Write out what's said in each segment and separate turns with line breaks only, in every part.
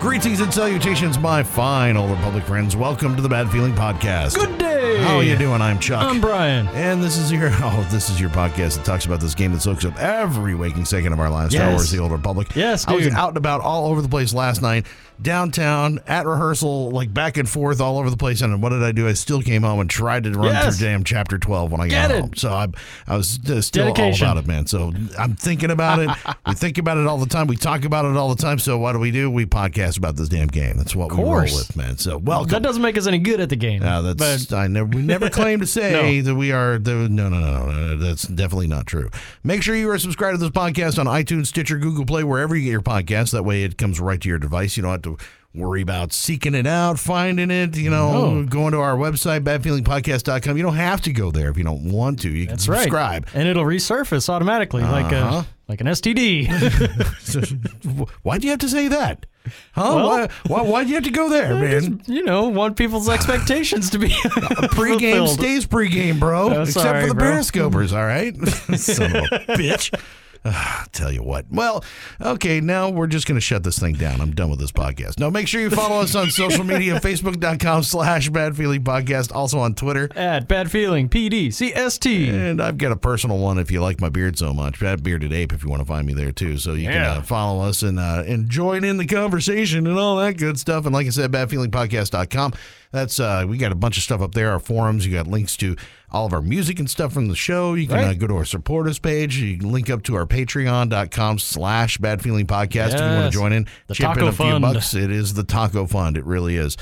Greetings and salutations, my fine Old Republic friends. Welcome to the Bad Feeling Podcast.
Good day.
How are you doing? I'm Chuck.
I'm Brian.
and this is your oh, this is your podcast that talks about this game that soaks up every waking second of our lives. Star
Yes.
Wars: The Old Republic.
Yes,
I was
dude.
out and about all over the place last night, downtown, at rehearsal, like back and forth, all over the place. And what did I do? I still came home and tried to run
Yes.
through damn chapter twelve when I got
Get it.
home. So I, I was uh, still
Dedication.
all about it, man. So I'm thinking about it. we think about it all the time. We talk about it all the time. So what do we do? We podcast about this damn game. That's what we roll
course.
with, man. So welcome.
That doesn't make us any good at the game.
No, Uh, that's I never. We never claim to say
No.
that we are. The, no, no, no, no, no, That's definitely not true. Make sure you are subscribed to this podcast on iTunes, Stitcher, Google Play, wherever you get your podcast. That way, it comes right to your device. You don't have to worry about seeking it out, finding it. You know,
No.
going to our website, badfeelingpodcast.com. You don't have to go there if you don't want to. You can
That's right.
subscribe.
And it'll resurface automatically like
Uh-huh.
a like an STD.
why do you have to say that? Huh?
Well-
why, why? Why do you have to go there, man?
you know, want people's expectations to be
Pre-game
fulfilled.
stays pre-game, bro.
Oh,
Except
sorry,
for the
bro.
periscopers, all right? Son of a bitch. Ah, Tell you what. Well, okay, now we're just going to shut this thing down. I'm done with this podcast. Now, make sure you follow us on social media, facebook.com slash bad feeling podcast, also on Twitter.
At bad feeling PD CST.
And I've got a personal one if you like my beard so much. At Bearded Ape, if you want to find me there too. So you
Yeah.
can uh, follow us and, uh, and join in the conversation and all that good stuff. And like I said, badfeelingpodcast.com. That's uh, we got a bunch of stuff up there. Our forums. You got links to all of our music and stuff from the show. You can
Right.
uh, go to our support us page. You can link up to our Patreon.com slash Bad Feeling Podcast if you want to
Yes.
join in.
The
Chip in
Taco
a few
Fund.
bucks. It is the Taco Fund. It really is.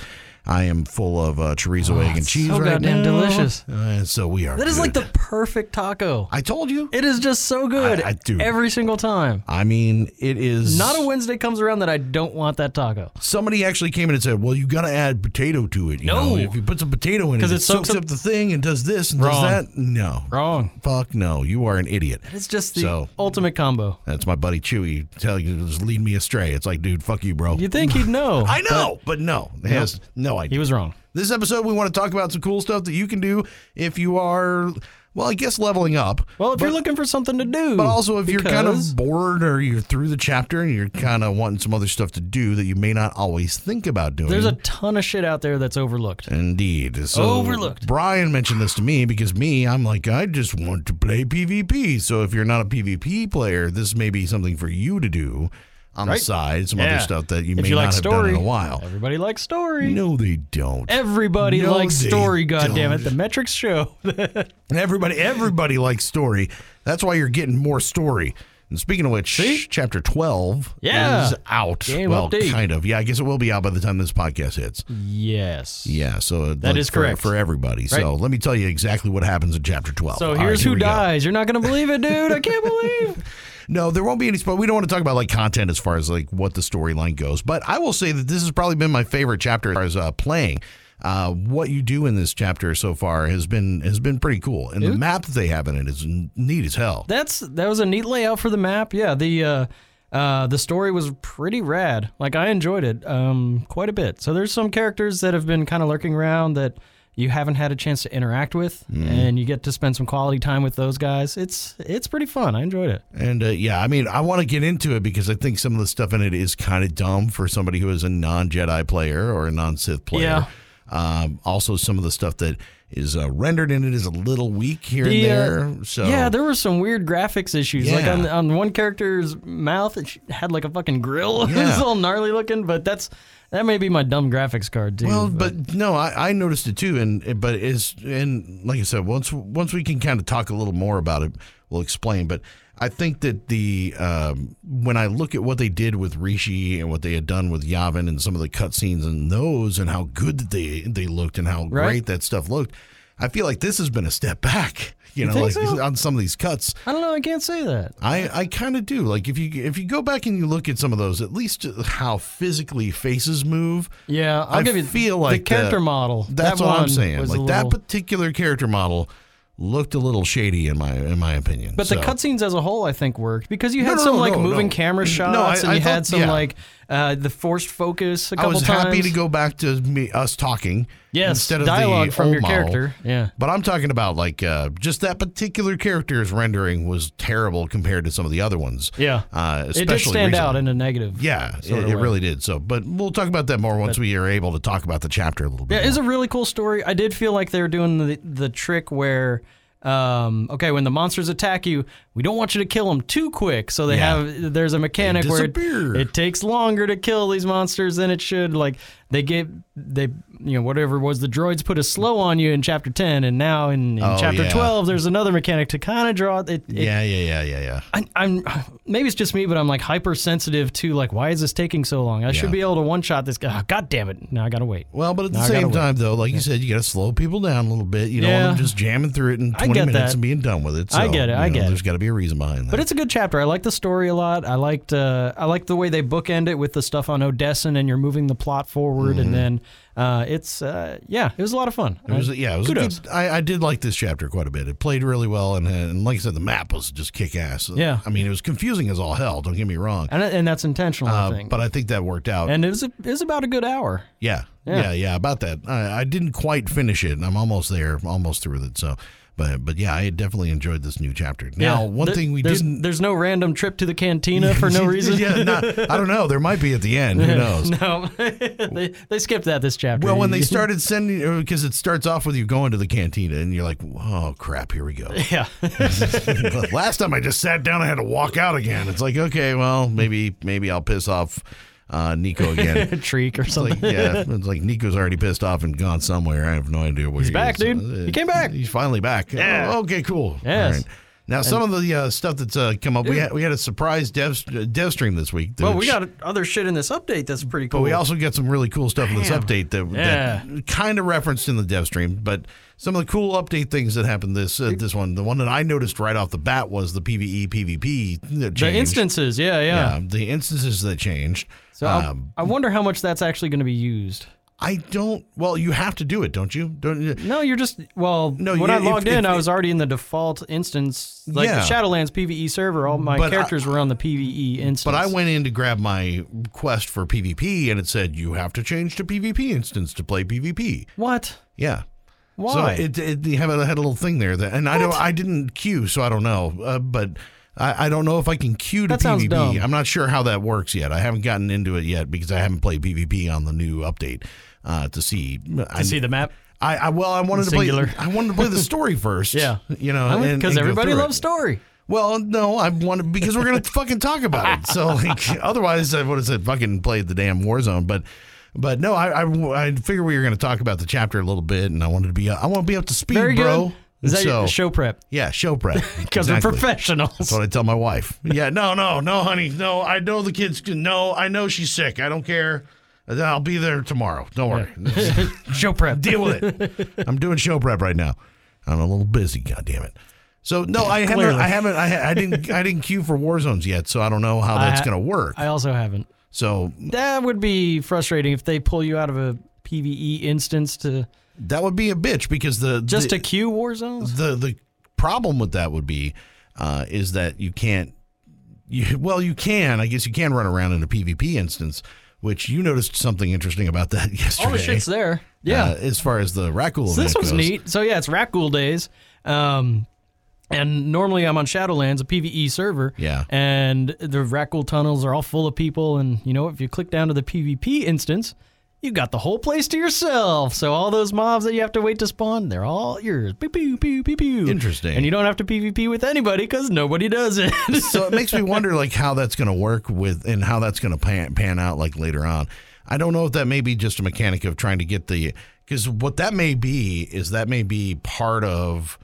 I am full of uh, chorizo, egg, and cheese
so
right
Oh,
now.
goddamn delicious.
Uh, and so we are.
That is like
good.
the perfect taco.
I told you.
It is just so good
I- I do.
every single time.
I mean, it is
Not a Wednesday comes around that I don't want that taco.
Somebody actually came in and said, "Well, you got to add potato to it." You
No.
know? if you put some potato in it,
'Cause
it,
it
soaks
soaks
up,
up-
the thing and does this and
Wrong.
does that. No,
Wrong.
fuck no, you are an idiot.
It's just the
So-
ultimate combo.
That's my buddy Chewy telling you to just lead me astray. It's like, dude, fuck you, bro.
You'd think he'd know.
I know, but, no, he has no idea.
He was wrong.
This episode, we want to talk about some cool stuff that you can do if you are, well, I guess leveling up.
Well, if
but-
you're looking for something to do,
But also, if you're kind
because-
of bored or you're through the chapter and you're kind of wanting some other stuff to do that you may not always think about doing.
there's a ton of shit out there that's overlooked.
Indeed. So
Overlooked.
Brian mentioned this to me because me, I'm like, I just want to play PvP. So if you're not a PvP player, this may be something for you to do on the
Right.
side, some other
Yeah.
stuff that you
if
may
you
not
like
have done
story,
in a while.
Everybody likes story.
No, they don't.
Everybody
No,
likes
they
story. God damn it!
don't.
The metrics show.
Everybody, everybody likes story. That's why you're getting more story. And speaking of which,
See?
chapter twelve
Yeah.
is out.
Game
well,
update.
kind of. Yeah, I guess it will be out by the time this podcast hits.
yes.
Yeah, so that is
That is correct.
for, everybody. So let me tell you exactly what happens in chapter twelve.
So
All right,
here's
here
who
we go.
dies. You're not gonna believe it, dude. I can't believe.
No, there won't be any spoil. We don't want to talk about like content as far as like what the storyline goes. But I will say that this has probably been my favorite chapter as far as uh, playing. Uh, what you do in this chapter so far has been has been pretty cool, and the map that they have in it is n- neat as hell.
That's that was a neat layout for the map. Yeah. The uh, uh, the story was pretty rad. Like I enjoyed it um quite a bit. So there's some characters that have been kind of lurking around that you haven't had a chance to interact with,
Mm-hmm.
and you get to spend some quality time with those guys. It's it's pretty fun. I enjoyed it.
And uh, yeah, I mean, I want to get into it because I think some of the stuff in it is kind of dumb for somebody who is a non Jedi player or a non Sith player.
Yeah.
Um, also, some of the stuff that is uh, rendered in it is a little weak here
The, uh,
and there. So
Yeah, there were some weird graphics issues. Like
Oh. Yeah.
on, on one character's mouth, it sh- had like a fucking grill. it
Yeah.
was all gnarly looking, but that's that may be my dumb graphics card too.
Well, but no, I, I noticed it too, and eh, but it's and like I said, once once we can kind of talk a little more about it, we'll explain. But I think that the um, when I look at what they did with Rishi and what they had done with Yavin and some of the cutscenes and those and how good that they they looked and how
Right.
great that stuff looked. I feel like this has been a step back. You, know, like
think so?
on some of these cuts,
I don't know. I can't say that.
I, I kind of do. Like if you if you go back and you look at some of those, at least how physically faces move.
Yeah, I'll
I
give you
feel
the
like
character
that-
model.
That's
that
what I'm
one
saying.
was a
Like that
little-
particular character model looked a little shady in my in my opinion.
But
So-
the cutscenes as a whole, I think, worked because you had
no,
some
no,
like
no,
moving
no.
camera
No,
shots,
I-
and
I
you
thought-
had some
yeah.
like uh, the forced focus.
I
A couple
was
times.
happy to go back to me us talking
Yes,
instead of
dialogue
the
from
old
your
model.
character. Yeah.
But I'm talking about like uh, just that particular character's rendering was terrible compared to some of the other ones.
Yeah.
uh, especially
It did stand
recently.
out in a negative.
Yeah, it,
sort of
it
way.
really did. So, but we'll talk about that more once we are able to talk about the chapter a little bit.
Yeah, it's
more.
a really cool story. I did feel like they were doing the the trick where, um, okay, when the monsters attack you, we don't want you to kill them too quick. So they
Yeah.
have there's a mechanic
They
where it,
disappear.
it takes longer to kill these monsters than it should. Like they gave they you know whatever it was the droids put a slow on you in chapter ten, and now in, in
Oh,
chapter
yeah.
twelve there's another mechanic to kind of draw it. it
yeah, yeah, yeah, yeah, yeah.
I, I'm maybe it's just me, but I'm like hypersensitive to like why is this taking so long? I
Yeah.
should be able to one shot this guy. Ah, God damn it! Now I gotta wait.
Well, but at the
No, I gotta
same
wait.
time, though, like you said, you got to slow people down a little bit. You don't
Yeah.
want them just jamming through it in
I
20
get
minutes
that.
and being done with it. So,
I get it,
you
I
know,
get it.
There's got to be a reason behind that.
But it's a good chapter. I liked the story a lot. I liked uh, I liked the way they bookend it with the stuff on Odesson, and you're moving the plot forward. And then uh, it's uh, yeah, it was a lot of fun.
Mm-hmm. It was, yeah, it was a
Kudos.
good- I, I did like this chapter quite a bit. It played really well, and, and like I said, the map was just kick ass.
Yeah.
I mean, it was confusing as all hell. Don't get me wrong,
and, and that's intentional, I
uh,
think.
but I think that worked out.
and it was a, it was about a good hour.
yeah, yeah,
Yeah.
yeah, About that, I, I didn't quite finish it. and I'm almost there, almost through with it. So, but but yeah, I definitely enjoyed this new chapter. Now,
Yeah.
one
There-
thing we
there's,
didn't.
there's no random trip to the cantina for no reason.
yeah, not, I don't know. There might be at the end. Who knows?
no, they, they skipped that this chapter.
Well, when they started sending, because it starts off with you going to the cantina, and you're like, "Oh crap, here we go."
yeah,
Last time I just sat down and had to walk out again. It's like, okay, well, maybe maybe I'll piss off uh, Nico again.
Treek or something.
Like, yeah, it's like Nico's already pissed off and gone somewhere. I have no idea where he's he
back,
is.
dude.
Uh,
He came back.
He's finally back.
Yeah.
Oh, okay, cool.
Yes.
Now, some of the uh, stuff that's uh, come up, we had, we had a surprise dev, dev stream this week.
well, we
which-
got other shit in this update that's pretty cool.
but we also get some really cool stuff in this update that, that kind of referenced in the dev stream. But some of the cool update things that happened this uh, this one, the one that I noticed right off the bat was the E, PVE PvP that changed.
the instances, yeah, yeah.
yeah, the instances that changed.
So I'll-
um,
I wonder how much that's actually going to be used.
I don't. Well, you have to do it, don't you? Don't uh, you?
No, you're just well.
No,
No, when
yeah,
I logged
if-
in,
if-
I was already in the default instance, like
Yeah.
the Shadowlands PVE server. All my
But
characters were on the PVE instance.
But I went in to grab my quest for PvP, and it said you have to change to PvP instance to play PvP.
What?
Yeah.
Why?
So it, it, you have a, had a little thing there that, and I don't, I didn't queue, so I don't know. Uh, but I, I don't know if I can queue to
That sounds
PvP.
dumb.
I'm not sure how that works yet. I haven't gotten into it yet because I haven't played PvP on the new update uh, to see. I,
I see the map.
I, I well, I wanted to
Singular.
play. I wanted to play the story first.
Yeah.
you know, Uh, and-
Because
and go
everybody
through it.
loves story.
Well, no, I want to because we're gonna fucking talk about it. So like, otherwise, I would have said fucking played the damn Warzone. But, but no, I I, I figured we were gonna talk about the chapter a little bit, and I wanted to be I want to be up to speed,
Very
bro.
good. Is that
so
your show prep?
yeah, show prep
Because
Exactly.
we're
That's
professionals.
what I tell my wife. Yeah, no, no, no, honey, no. I know the kids. can- No, I know she's sick. I don't care. I'll be there tomorrow. Don't worry.
show prep.
Deal with it. I'm doing show prep right now. I'm a little busy. God damn it. So no, I haven't.
Clearly.
I haven't. I, ha- I didn't. I didn't queue for war zones yet, so I don't know how that's
I-
going to work.
I also haven't.
so
That would be frustrating if they pull you out of a PVE instance to
that would be a bitch because the
just
the,
to queue war zones.
the the problem with that would be uh, is that you can't. You, well, you can. I guess you can run around in a PvP instance, which you noticed something interesting about that yesterday.
All the shit's there. Oh, Yeah.
uh, as far as the Rakul.
So this
event goes.
was neat. So yeah, it's Rakghoul days. Um, and normally I'm on Shadowlands, a PVE server.
Yeah.
And the Rakghoul tunnels are all full of people, and you know if you click down to the PvP instance, you got the whole place to yourself. So all those mobs that you have to wait to spawn, they're all yours. Pew pew pew pew pew.
Interesting.
And you don't have to PvP with anybody because nobody does it.
so it makes me wonder like how that's going to work with and how that's going to pan, pan out like later on i don't know if that may be just a mechanic of trying to get the because what that may be is that may be part of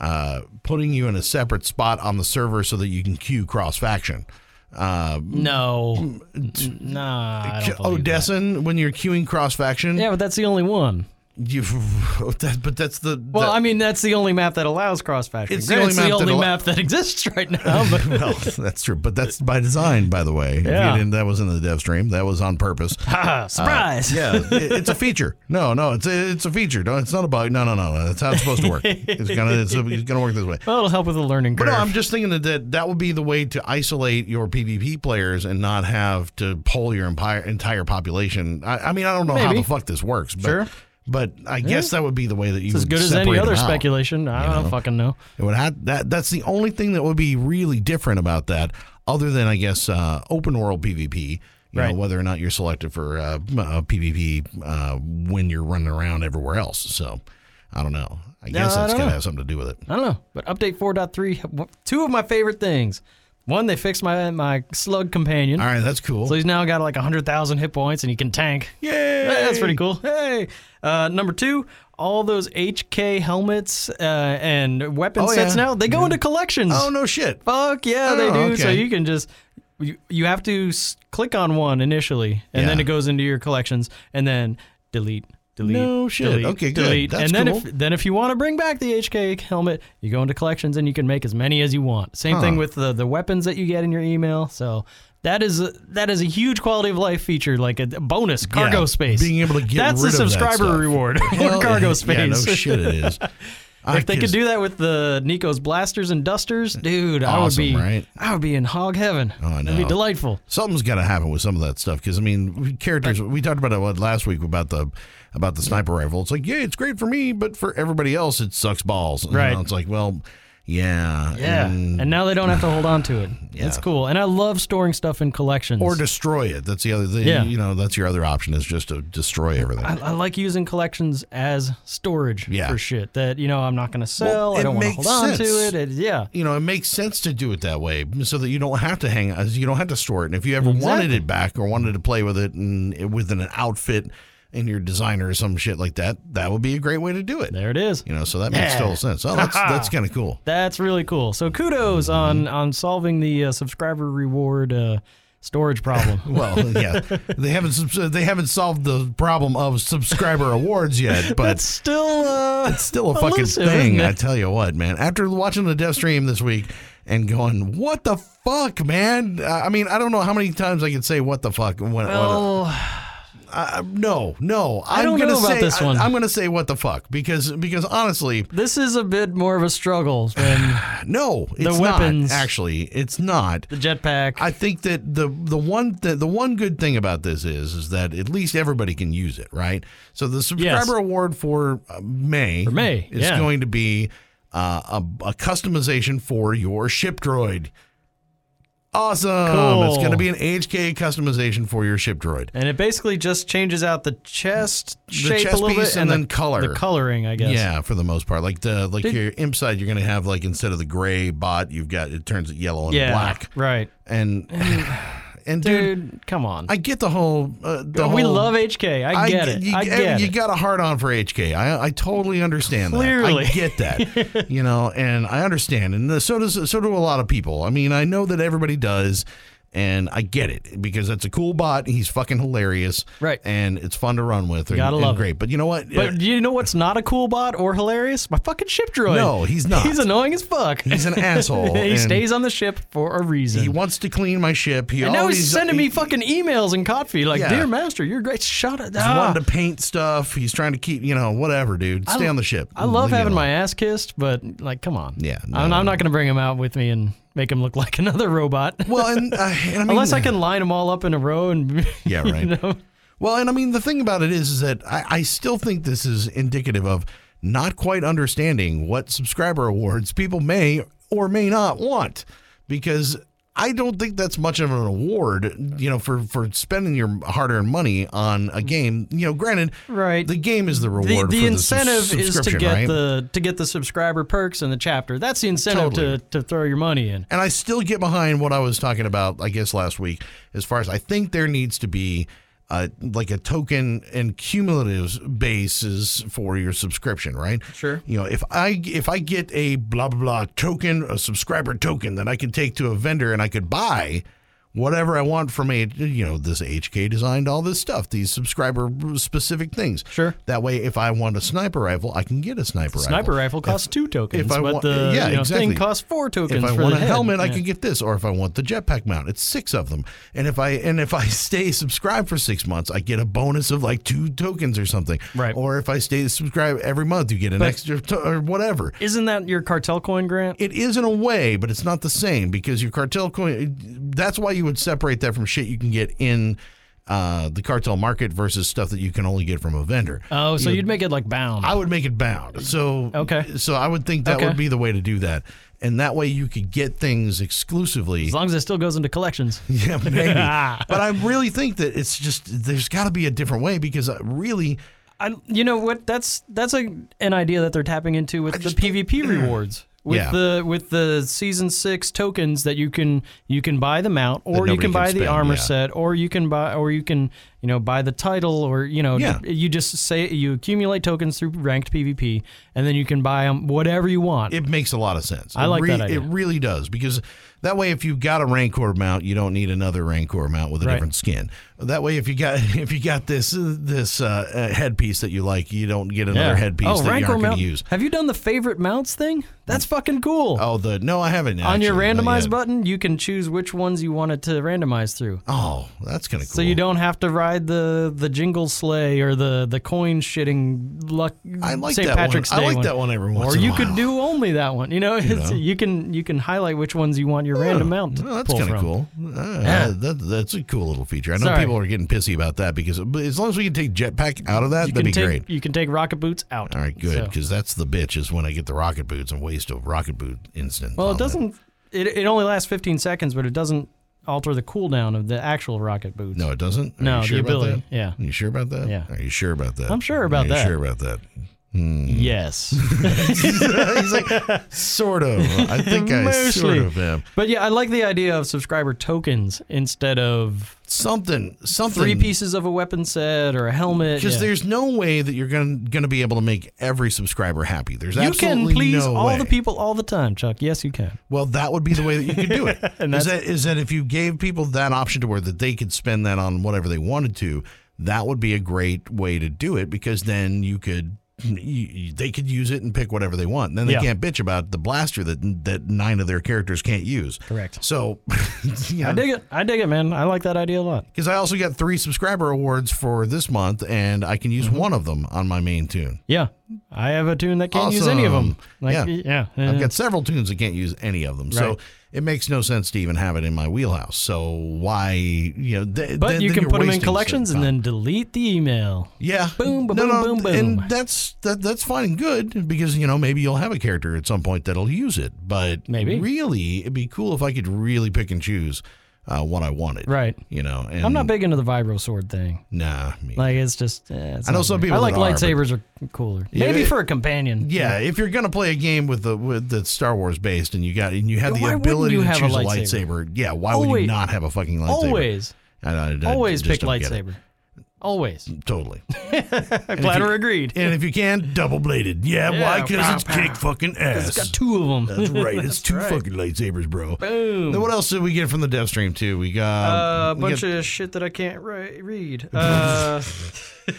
uh, putting you in a separate spot on the server so that you can queue cross faction uh,
no.
mm,
N- Nah. I don't believe that.
oh, Odesson, when you're queuing cross faction,
Yeah, but that's the only one.
You, that, but that's the
Well,
that-
I mean, that's the only map that allows cross faction.
It's the only map that al-
exists right now. But
well, that's true, but that's by design, by the way. If you
Yeah.
didn't- that wasn't in the dev stream. That was on purpose.
Ah, surprise!
yeah, it- it's a feature. No, no, it's a, it's a feature. No, it's not a bug. No, no, no, no. That's how it's supposed to work. It's gonna it's, it's gonna work this way.
Well, it'll help with the learning
But
curve.
no, I'm just thinking that, that that would be the way to isolate your PvP players and not have to poll your empire, entire population. I, I mean, I don't know how
Maybe.
the fuck this works, but,
Sure.
but I guess that would be the way that you
it's as
would
good as any
separate
other
them out.
speculation. I don't fucking know.
It would have that. That's the only thing that would be really different about that, other than I guess uh, open world PvP. You
Right.
know, whether or not you're selected for uh, m- uh, PvP uh, when you're running around everywhere else. So I don't know. I guess
I
that's
don't
gonna
know.
have something to do with it.
I don't know. But update 4.3, two of my favorite things. One, they fixed my my slug companion,
All right, that's cool.
so he's now got like hundred thousand hit points, and he can tank.
Yay!
Hey, That's pretty cool. Hey, uh, number two, all those HK helmets uh, and weapon
Oh,
sets
yeah.
now they go into collections.
Oh no shit.
Fuck yeah, they
Oh,
do. So
okay.
you can just you, you have to s- click on one initially, and then
Yeah.
it goes into your collections, and then delete. Delete,
No shit.
delete,
Okay, good.
delete.
That's
and then
cool.
if then if you want to bring back the HK helmet, you go into collections and you can make as many as you want. Same thing with the the weapons that you get in your email. So that is a, that is a huge quality of life feature, like a bonus cargo
Yeah,
space.
being able to get
that's
rid
a
of that
subscriber
stuff.
reward
Hell,
for cargo space.
Yeah, no shit. It is.
If they could do that with the Nico's blasters and dusters, dude, I would
Awesome,
be
right? Oh,
I would be in hog heaven.
I
It'd be
know.
delightful.
Something's got to happen with some of that stuff because I mean, we- characters. We talked about it what, last week about the about the sniper rifle. It's like, yeah, it's great for me, but for everybody else, it sucks balls. And
Right.
It's like, well, yeah,
Yeah.
and-
And now they don't have to hold on to it.
Mm. Yeah.
It's cool. And I love storing stuff in collections.
or destroy it. That's the other thing.
Yeah.
You know, that's your other option is just to destroy everything.
I, I like using collections as storage
Yeah.
for shit that you know I'm not going to sell.
Well,
I
it
don't want to
makes
hold on to
sense.
it. it. Yeah.
you know, it makes sense to do it that way so that you don't have to hang, you don't have to store it. And if you ever wanted it back or wanted to play with it and within an outfit and your designer or some shit like that, that would be a great way to do it.
There it is.
You know, so that makes
Yeah.
total sense. Oh, that's that's kind of cool.
That's really cool. So kudos
Mm-hmm.
on on solving the uh, subscriber reward uh, storage problem.
Well, yeah, they haven't subs- they haven't solved the problem of subscriber awards yet, but
That's still uh,
it's still a fucking
elusive,
thing.
isn't
I
it?
tell you what, man. After watching the dev stream this week and going, "What the fuck, man?" I I mean, I don't know how many times I can say "what the fuck" when. when
well,
I- no, no, I am
don't
gonna
know about
say,
this one.
I, am going to say "what the fuck" because because honestly,
This is a bit more of a struggle than
no, it's
weapons.
not. Actually, it's not.
the jetpack.
I think that the the one the, the one good thing about this is is that at least everybody can use it, right? So the subscriber
Yes.
award for uh, May for
May,
is
yeah.
going to be uh, a, a customization for your ship droid. Awesome! It's
Cool.
going to be an HK customization for your ship droid.
and it basically just changes out the chest shape
chest
a little
piece
bit
and
the-
then color.
The coloring, I guess.
Yeah, for the most part, like the like your imp side, you're going to have like instead of the gray bot, you've got it turns it yellow and
Yeah.
black,
Right.
and and dude,
Dude, come on.
I get the whole uh, the
we
whole,
love HK. I get it.
You,
I get
you
it.
got a hard on for HK. I, I totally understand
Clearly.
that. I get that. you know, and I understand, and so does so do a lot of people. I mean, I know that everybody does, and I get it because that's a cool bot. He's fucking hilarious,
Right.
And it's fun to run with. And,
Gotta
and
love it.
great. But you know what? Uh,
But do you know what's not a cool bot or hilarious? My fucking ship droid.
No, he's not.
He's annoying as fuck.
he's an asshole.
he
and
stays on the ship for a reason.
He wants to clean my ship. He
and now
always,
he's sending me
he-
fucking emails and coffee like,
Yeah.
"Dear Master, you're great. Shut it
He's
Ah.
wanting to paint stuff. He's trying to keep, you know, whatever, dude. Stay on the ship.
I love
Leave me
having
alone.
my ass kissed, but like, come on.
Yeah,
I'm,
no.
I'm not going to bring him out with me and make him look like another robot.
Well, and, uh, and I mean,
Unless I can line them all up in a row and.
Yeah, right.
You know?
Well, and I mean, the thing about it is, is that I, I still think this is indicative of not quite understanding what subscriber awards people may or may not want, because I don't think that's much of an award, you know, for for spending your hard-earned money on a game. You know, granted,
Mm. Right.
The game is the
The,
reward.
the
for
incentive
the
is to
subscription,
get
right?
the to get the subscriber perks in the chapter. That's the incentive
Totally.
to, to throw your money in.
and I still get behind what I was talking about, I guess, last week, as far as I think there needs to be uh, like a token and cumulative basis for your subscription, right?
Sure.
You know, if I if I get a blah blah blah token, a subscriber token that I can take to a vendor and I could buy, whatever I want from a you know this HK designed all this stuff, these subscriber specific things.
Sure.
That way, if I want a sniper rifle, I can get a sniper rifle.
Sniper rifle costs two tokens,
if I
but
want-
the
yeah,
you know,
exactly.
thing costs four tokens
If I
for
want
the
a
head.
helmet, I
Yeah.
can get this. Or if I want the jetpack mount, it's six of them. And if I and if I stay subscribed for six months, I get a bonus of like two tokens or something.
Right.
Or if I stay subscribed every month, you get an extra to- or whatever.
Isn't that your cartel coin grant?
It is in a way, but it's not the same because your cartel coin. That's why you would separate that from shit you can get in uh, the cartel market versus stuff that you can only get from a vendor.
Oh, so you'd make it like bound.
I would make it bound. So
Okay.
So I would think that
Okay.
would be the way to do that, and that way you could get things exclusively.
as long as it still goes into collections.
Yeah, maybe. but I really think that it's just there's got to be a different way because I really,
I, you know what? That's that's a, an idea that they're tapping into with the
just-
PvP rewards. With
Yeah.
the with the season six tokens that you can you can buy the mount or
nobody
you can
can
buy the
spend,
armor
yeah.
set or you can buy or you can you know buy the title or you know
Yeah.
you just say you accumulate tokens through ranked PvP and then you can buy them whatever you want.
it makes a lot of sense.
I
It
like
re-
that idea.
It really does because that way, if you got a Rancor mount, you don't need another Rancor mount with a
Right.
different skin. That way, if you got if you got this uh, this uh, uh, headpiece that you like, you don't get another headpiece
oh,
that you
Rancor
aren't going
mount.
to use.
Have you done the favorite mounts thing? That's fucking cool.
Oh, the no, I haven't.
On your
actually, not
randomize
yet.
button, you can choose which ones you want it to randomize through.
Oh, that's kind of cool.
So you don't have to ride the the jingle sleigh or the the coin shitting luck.
I like
St.
that one.
Patrick's
I
Day
like that one every once
Or
in a
you could
while.
do only that one. You know, it's, you, can you can highlight which ones you want your random mount to
Oh, that's
pull
kind
from.
of cool. Uh, that, that's a cool little feature. I know
Sorry.
people are getting pissy about that because but as long as we can take jetpack out of that,
You
that'd
can
be
take
great.
you can take rocket boots out.
All right, good,
So-
because that's the bitch is when I get the rocket boots and waste a rocket boot instant.
Well,
on
it doesn't. It, it only lasts 15 seconds, but it doesn't alter the cooldown of the actual rocket boots.
No, it doesn't. Are
No,
you
the
sure about
ability,
that?
yeah.
Are you sure about that?
Yeah.
Are you sure about that?
I'm sure about
Are
that.
You sure about that?
Yes.
He's like, sort of. I think I sort
Mostly.
of am.
but yeah, I like the idea of subscriber tokens instead of
Something, something.
three pieces of a weapon set or a helmet.
Because
yeah.
there's no way that you're going to be able to make every subscriber happy. There's
you can
absolutely
please
no
all
way.
the people all the time, Chuck. Yes, you can.
Well, that would be the way that you could do it. is that is that if you gave people that option to where that they could spend that on whatever they wanted to, that would be a great way to do it because then you could you- you, they could use it and pick whatever they want. And then they
Yeah.
can't bitch about the blaster that that nine of their characters can't use.
Correct.
So, yeah,
I dig it. I dig it, man. I like that idea a lot.
because I also got three subscriber awards for this month, and I can use
Mm-hmm.
one of them on my main tune.
Yeah, I have a tune that can't use any of them.
Awesome.
Like,
Yeah.
yeah, Uh,
I've got several tunes that can't use any of them. So
Right.
it makes no sense to even have it in my wheelhouse. So why, you know, th-
but
then-
you
then
can
you're
put them in
wasting
collections and
certain time.
then delete the email.
yeah,
boom, ba- boom, boom, boom.
and that's that, that's fine and good because you know maybe you'll have a character at some point that'll use it. But
Maybe.
really, it'd be cool if I could really pick and choose uh, what I wanted.
Right.
You know, and
I'm not big into the vibro sword thing.
Nah, me.
Like it's just. eh, it's
I know
not
some
for me.
people
I like
that are, but-
lightsabers are, cooler.
Yeah,
Maybe
it-
for a companion.
yeah, if you're gonna play a game with the with the Star Wars based, and you got and you had the
Why wouldn't
ability
you
to
have a
choose a
lightsaber?
lightsaber, yeah, why would you
Always-
not have a fucking lightsaber?
Always,
I, I- I
always
just
pick
don't get it.
lightsaber. Always.
Totally.
I'm glad
you-
we're agreed.
And if you can, double bladed. Yeah,
Yeah,
why? Because
pow,
it's
pow.
kick fucking
It's got
ass.
two of them.
That's right. It's two fucking lightsabers, bro.
Boom.
Then what else did we get from the dev stream too? We got
a Uh, bunch of shit that I can't ri- read. Uh,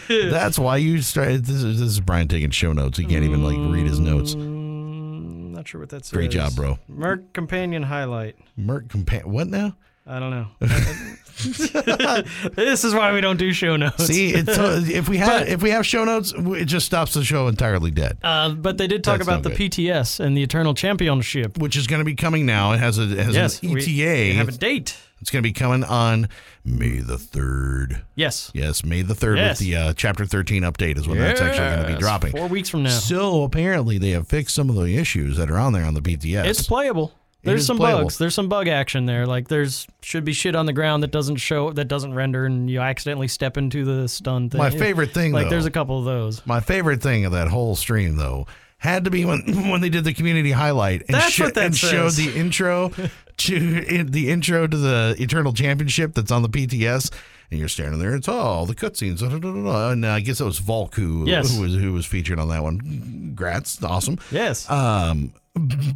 That's why you started. This is, this is Brian taking show notes. He can't even like read his notes.
mm, not sure what that's.
Great job, bro.
Merc companion highlight.
Merc compa- What now?
I don't know. this is why we don't do show notes.
See, it's, uh, if we have if we have show notes, w- it just stops the show entirely dead.
Uh, but they did talk
That's
about
not
the
good.
PTS and the Eternal Championship.
Which is going to be coming now. It has a it has
Yes,
an
we-
ETA.
we have a date.
it's going to be coming on May the third.
Yes.
Yes, May the 3rd
Yes.
with the uh, Chapter 13 update is when that's actually going to be
Yes,
dropping.
Four weeks from now.
So apparently they have fixed some of the issues that are on there on the BTS.
It's playable.
is
There's some
playable.
bugs. There's some bug action there. Like there's should be shit on the ground that doesn't show that doesn't render, and you accidentally step into the stun thing.
My favorite thing,
Like
though-
there's a couple of those.
My favorite thing of that whole stream, though, had to be when when they did the community highlight and,
That's what that
and
says.
showed the intro to in, the intro to the Eternal Championship that's on the PTS. And you're standing there. It's all the cutscenes. da, da, da, da, da. And uh, I guess it was Volk who,
Yes.
who was who was featured on that one. Grats, awesome.
Yes.
Um,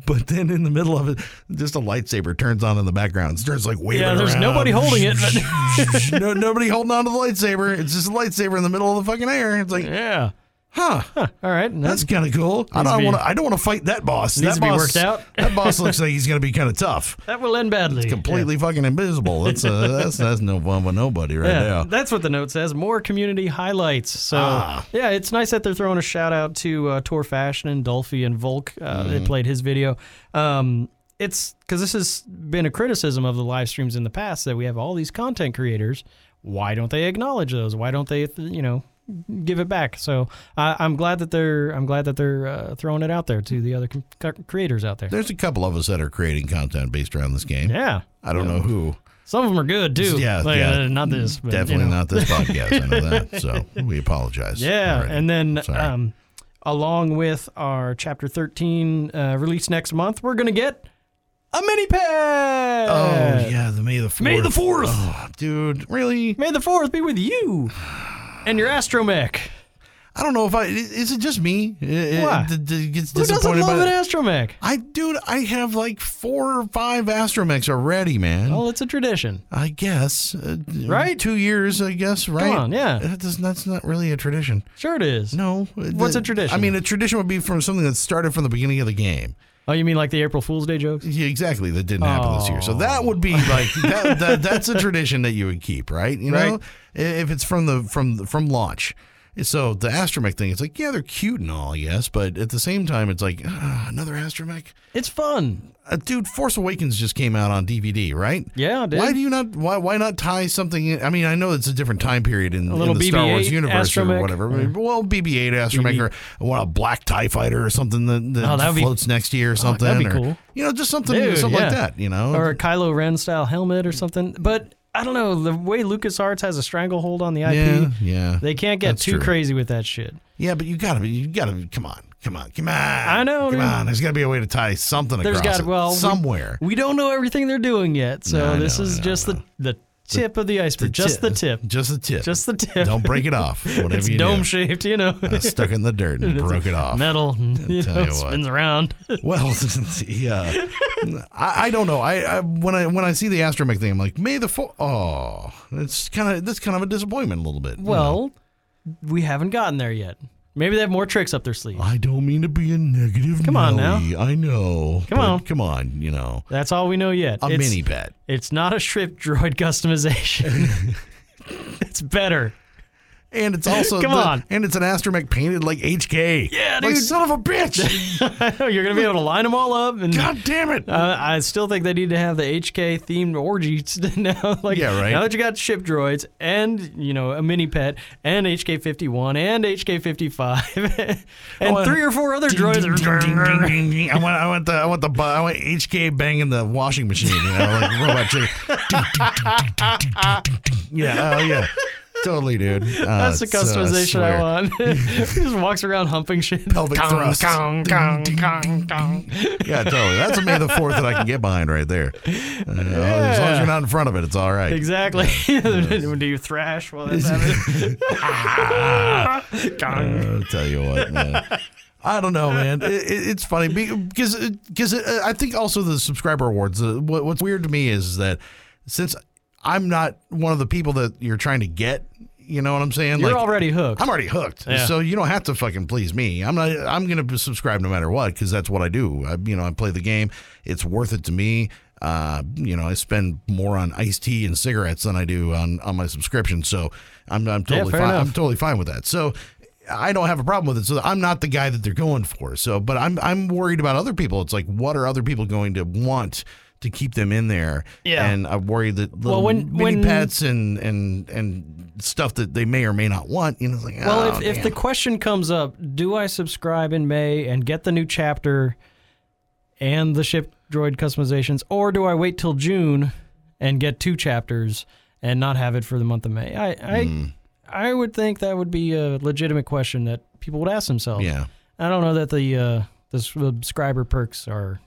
But then in the middle of it, just a lightsaber turns on in the background. Starts like waving.
Yeah, there's
around.
nobody holding it, but-
no, nobody holding on to the lightsaber. It's just a lightsaber in the middle of the fucking air. It's like,
Yeah.
huh,
All right. and
that's kind of cool. I
to
don't
Hmm. be-
want to. I don't want to fight that boss.
Needs
That
to be
boss
worked out.
That boss looks like he's gonna be kind of tough.
that will end badly.
Completely fucking invisible. That's uh, that's that's no fun with nobody right
Yeah,
now.
that's what the note says. More community highlights. So
Ah.
yeah, it's nice that they're throwing a shout out to uh, Tor Fashion and Dolphy and Volk. Uh, They
Mm-hmm.
played his video. Um, it's because this has been a criticism of the live streams in the past that we have all these content creators. Why don't they acknowledge those? Why don't they, you know, give it back? So I I'm glad that they're I'm glad that they're uh, throwing it out there to the other com- co- creators out there.
There's a couple of us that are creating content based around this game.
yeah,
I don't know who.
some of them are good too.
Yeah,
Like,
yeah.
uh, not this, but, you
Definitely
know.
not this podcast. I know that. So we apologize.
Yeah,
already.
and then
Sorry.
um, along with our Chapter 13 uh, release next month, we're gonna get a mini pad.
oh yeah, the May the fourth.
May the 4th.
Oh, dude, really?
May the Fourth be with you and your astromech.
I don't know if I. i- Is it just me? I- I-
Why?
d- d- gets
Who doesn't
disappointed
love
by
an
it?
astromech?
I dude, I have like four or five astromechs already, man.
Well, it's a tradition.
I guess. Uh,
Right?
Two years, I guess. Right?
on, yeah.
That does, that's not really a tradition.
Sure, it is.
No.
What's a tradition?
I mean, a tradition would be from something that started from the beginning of the game.
Oh, you mean like the April Fool's Day jokes?
Yeah, exactly. That didn't happen this year. So
Oh.
that would be like that, that, that's a tradition that you would keep, right? You know,
Right.
I- if it's from the from the- from launch. So the astromech thing, it's like yeah, they're cute and all, yes, but at the same time, it's like ah, another astromech.
It's fun.
Uh, dude, Force Awakens just came out on DVD, right?
Yeah, it did.
Why do you not? Why why not tie something? In, I mean, I know it's a different time period in, in
little
the Star Wars
BB-8
universe
astromech?
or whatever. Well, BB-8 astromech or what a black Tie Fighter or something that, that
Oh, that'd be-
floats next year or something.
that'd be
or,
cool.
You know, just something,
Dude,
something like
yeah.
that. You know,
Or a Kylo Ren style helmet or something. But I don't know. The way LucasArts has a stranglehold on the IP,
yeah, yeah,
they can't get
That's
too
true.
crazy with that shit.
yeah. But you gotta, be- you gotta. Come on, come on, come on.
I know,
Come
dude.
on, there's gotta be a way to tie something
There's
across
got
it
well we-
somewhere.
We, don't know everything they're doing yet, so
No, I
this
know,
is
I know,
just
I
the the tip of the iceberg, just the tip,
Just the tip.
just the tip.
Don't break it off. Whatever
it's
you
dome
do.
shaped, you know.
Stuck in the dirt and broke it off.
Metal, you
tell
know,
you what.
spins around.
Well, yeah, I, I don't know. I, I when I when I see the astromech thing, I'm like May the fourth. Oh, it's kind of that's kind of a disappointment a little bit. you know.
well, we haven't gotten there yet. Maybe they have more tricks up their sleeve.
I don't mean to be a negative.
Come on now.
Nelly. I know.
Come
but
on.
come on. You know,
That's all we know yet.
a
it's,
mini pet.
it's not a strip droid customization. it's better.
And it's also
Come
the-
on.
and it's an astromech painted like HK.
Yeah,
like
dude.
son of a bitch.
I know you're gonna be able to line them all up and
God damn it.
Uh, I still think they need to have the HK themed orgies now. like,
Yeah, right.
Now that you got ship droids and you know a mini pet and HK fifty one and HK fifty five and
Oh, uh,
three or four other
Ding,
droids.
ding, ding, ding, ding, ding, ding. I want, I want the, I want the, bu- I want HK banging the washing machine, you know, like robot chicken. Ding, ding, ding, ding, ding, ding, ding, ding. yeah, oh yeah, totally, dude. Uh,
That's the
so
customization I
swear.
want. He just walks around humping shit.
Pelvic thrust.
Kong,
Ding,
Kong,
ding,
Kong, Kong.
Yeah, totally. That's a May the Fourth that I can get behind right there. Uh, As long as you're not in front of it, it's all right.
Exactly. Do you thrash while that's happening?
Uh, I'll tell you what, man. I don't know, man. It, it, it's funny because because uh, I think also the subscriber awards. Uh, what, what's weird to me is that since I'm not one of the people that you're trying to get, you know what I'm saying?
You're already hooked.
I'm already hooked.
Yeah.
So you don't have to fucking please me. I'm not. I'm gonna subscribe no matter what because that's what I do. I, you know, I play the game. It's worth it to me. Uh, you know, I spend more on iced tea and cigarettes than I do on, on my subscription. So I'm I'm totally
fair
fine.
enough.
I'm totally fine with that. So. I don't have a problem with it, so I'm not the guy that they're going for. So, but I'm I'm worried about other people. It's like, what are other people going to want to keep them in there?
Yeah.
and I'm worried that little
Well, when-
mini
when-
pets and and and stuff that they may or may not want. You know, it's like,
Well,
oh,
if, if
man.
the question comes up, do I subscribe in May and get the new chapter and the ship droid customizations, or do I wait till June and get two chapters and not have it for the month of May? I I,
Hmm.
I would think that would be a legitimate question that people would ask themselves.
Yeah.
I don't know that the uh, the subscriber perks are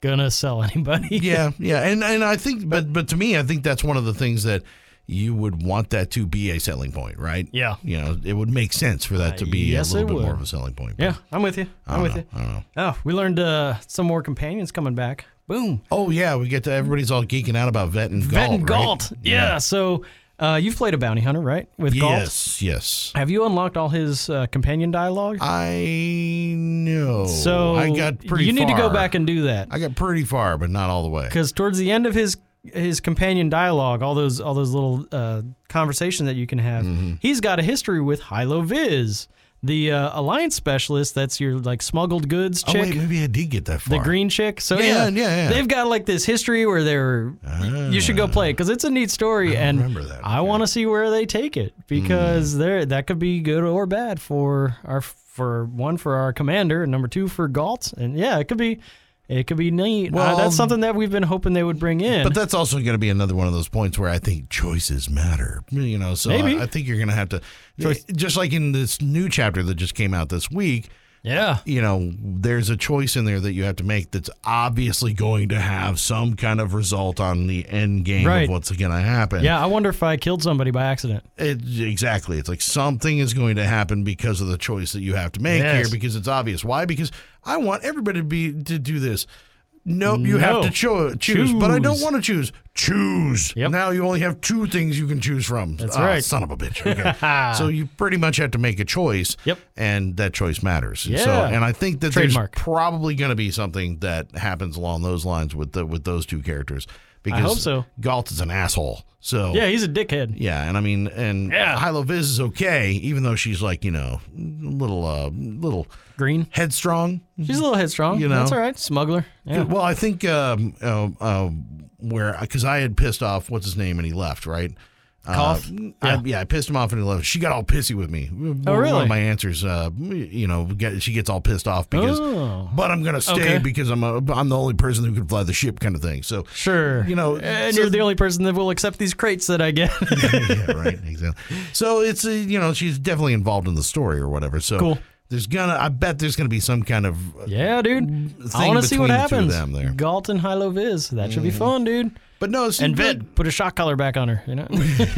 gonna sell anybody.
Yeah, yeah. And and I think but but to me I think that's one of the things that y- you would want that to be a selling point, right?
Yeah.
You know, it would make sense for that to be
yes,
a little
it
bit more
would.
of a selling point. but
Yeah, I'm with you.
I
I'm
don't
with
know.
you.
I don't know.
Oh, we learned uh, some more companions coming back. Boom.
Oh yeah, we get to everybody's all geeking out about Vet and Galt.
Vet and
right?
Galt. Yeah. So uh, you've played a bounty hunter, right? With Galt.
Yes, yes.
Have you unlocked all his uh, companion dialogue?
I know.
so
Oh, I got pretty.
You need to go
far.
back and do that
I got pretty far, but not all the way.
because towards the end of his his companion dialogue, all those all those little uh, conversation that you can have,
Mm-hmm.
he's got a history with Hilo Viz, the uh, alliance specialist. That's your like smuggled goods
Oh
chick.
wait, maybe I did get that
the
far.
green chick. So
Yeah, yeah,
yeah,
yeah.
they've got like this history where they're.
Ah.
you should go play it because it's a neat story, and
remember that. Mm.
I want to see where they take it because there that could be good or bad for our for one for our commander and number two for Galt, and yeah, it could be. It could be neat. Uh,
Well, um,
that's something that we've been hoping they would bring in.
But that's also going to be another one of those points where I think choices matter. You know, so
Maybe.
I, I think you're going to have to, just like in this new chapter that just came out this week.
yeah,
You know, there's a choice in there that you have to make that's obviously going to have some kind of result on the end game
Right.
of what's going to happen.
yeah. I wonder if I killed somebody by accident.
It, exactly. It's like something is going to happen because of the choice that you have to make
Yes.
here because it's obvious. Why? Because I want everybody to be to do this. Nope, you have
No.
to cho- choose, but I don't
Choose.
want to choose. Choose.
Yep.
Now you only have two things you can choose from. That's
right.
Son of a bitch. Okay. so you pretty much have to make a choice.
Yep.
And that choice matters. So,
Yeah.
and I think that
Trademark.
there's probably going to be something that happens along those lines with the, with those two characters because
hope so.
Galt is an asshole. So
Yeah, he's a dickhead.
yeah, and I mean, and
Yeah.
Hilo Viz is okay, even though she's like you know, little uh, little
Green.
headstrong.
She's a little headstrong.
You know.
that's all right. Smuggler. Yeah.
Well, I think um, um, um, where because I had pissed off what's his name and he left right.
Cough?
Uh, I, yeah, I pissed him off and he left. She got all pissy with me. Oh, One
really?
of my answers, uh, you know, get, she gets all pissed off because,
Oh.
but I'm gonna stay
Okay.
because I'm a, I'm the only person who can fly the ship, kind of thing. So
Sure.
You know,
and
so-
you're the only person that will accept these crates that I get.
yeah, right. Exactly. So it's uh, you know she's definitely involved in the story or whatever. So
Cool.
There's gonna. I bet there's gonna be some kind of. uh,
yeah, dude. I
Mm, Thing
want to see
between the two
what
of
happens.
them there. Mm.
Galt and Hilo Viz. That should be fun, dude.
But no, it's
And Vet, put a shock collar back on her. You know.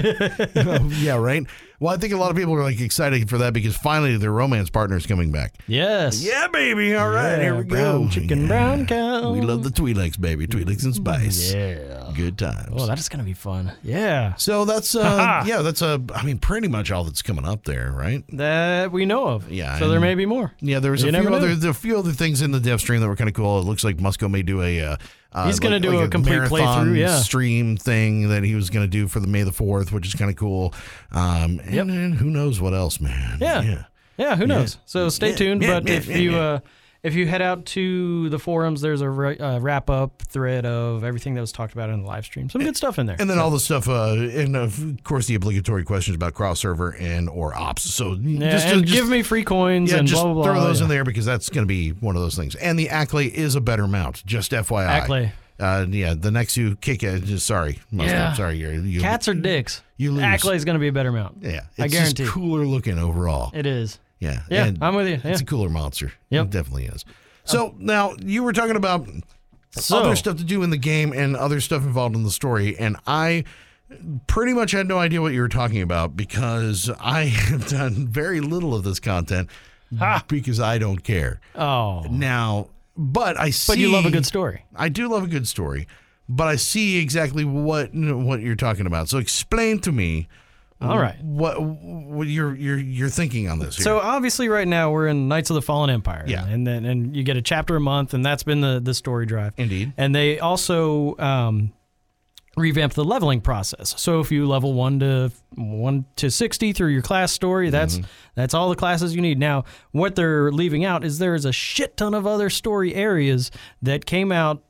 Oh, yeah, right. Well, I think a lot of people are like excited for that because finally their romance partner is coming back.
yes.
Yeah, baby. All right, here we
brown
go.
chicken, brown cow.
We love the Twi'leks, baby. Twi'leks and spice.
Yeah.
Good times.
Oh, that is gonna be fun. Yeah.
so that's uh, yeah, that's uh, I mean, pretty much all that's coming up there, right?
That we know of.
Yeah,
So there
and-
may be more.
Yeah, there was
You
a
never
few
know.
other there were a few other things in the dev stream that were kind of cool. It looks like Musco may do a. Uh, uh,
He's gonna
like-
do
like
a complete
marathon
playthrough, yeah.
stream thing that he was going to do for the May the Fourth, which is kind of cool. Um, and,
Yep.
and who knows what else, man?
Yeah.
yeah,
Yeah, who knows? So stay
Yeah,
tuned.
yeah,
but
yeah,
if
yeah,
you
yeah.
uh, if you head out to the forums, there's a ra- uh, wrap up thread of everything that was talked about in the live stream. Some good stuff in there.
And then all the stuff, uh, and of course the obligatory questions about cross server and or ops. So
yeah,
just,
and
just
give me free coins
Yeah,
and
just
blah blah blah.
throw those
yeah.
in there because that's going to be one of those things. And the Ackley is a better mount, just FYI.
Ackley.
Uh, yeah, the next two kick. Uh, just- sorry, Mustang,
Yeah.
sorry, you're, you
Cats are dicks.
You lose.
Accolade's going to be a better mount.
Yeah, it's
I guarantee.
Just cooler looking overall.
It is.
yeah,
Yeah,
and
I'm with you.
It's
Yeah.
a cooler monster.
Yep. Uh,
it definitely is. So now you were talking about
So
other stuff to do in the game and other stuff involved in the story, and I pretty much had no idea what you were talking about because I have done very little of this content because I don't care
oh,
now. But I see.
but you love a good story.
I do love a good story, but I see exactly what what you're talking about. So explain to me
All right.
what what you're you're you're thinking on this. Here.
So obviously, right now we're in Knights of the Fallen Empire.
Yeah.
and then and you get a chapter a month, and that's been the the story drive.
Indeed.
And they also um, revamped the leveling process. So if you level one to one to sixty through your class story, that's
Mm-hmm.
that's all the classes you need. Now, what they're leaving out is there is a shit ton of other story areas that came out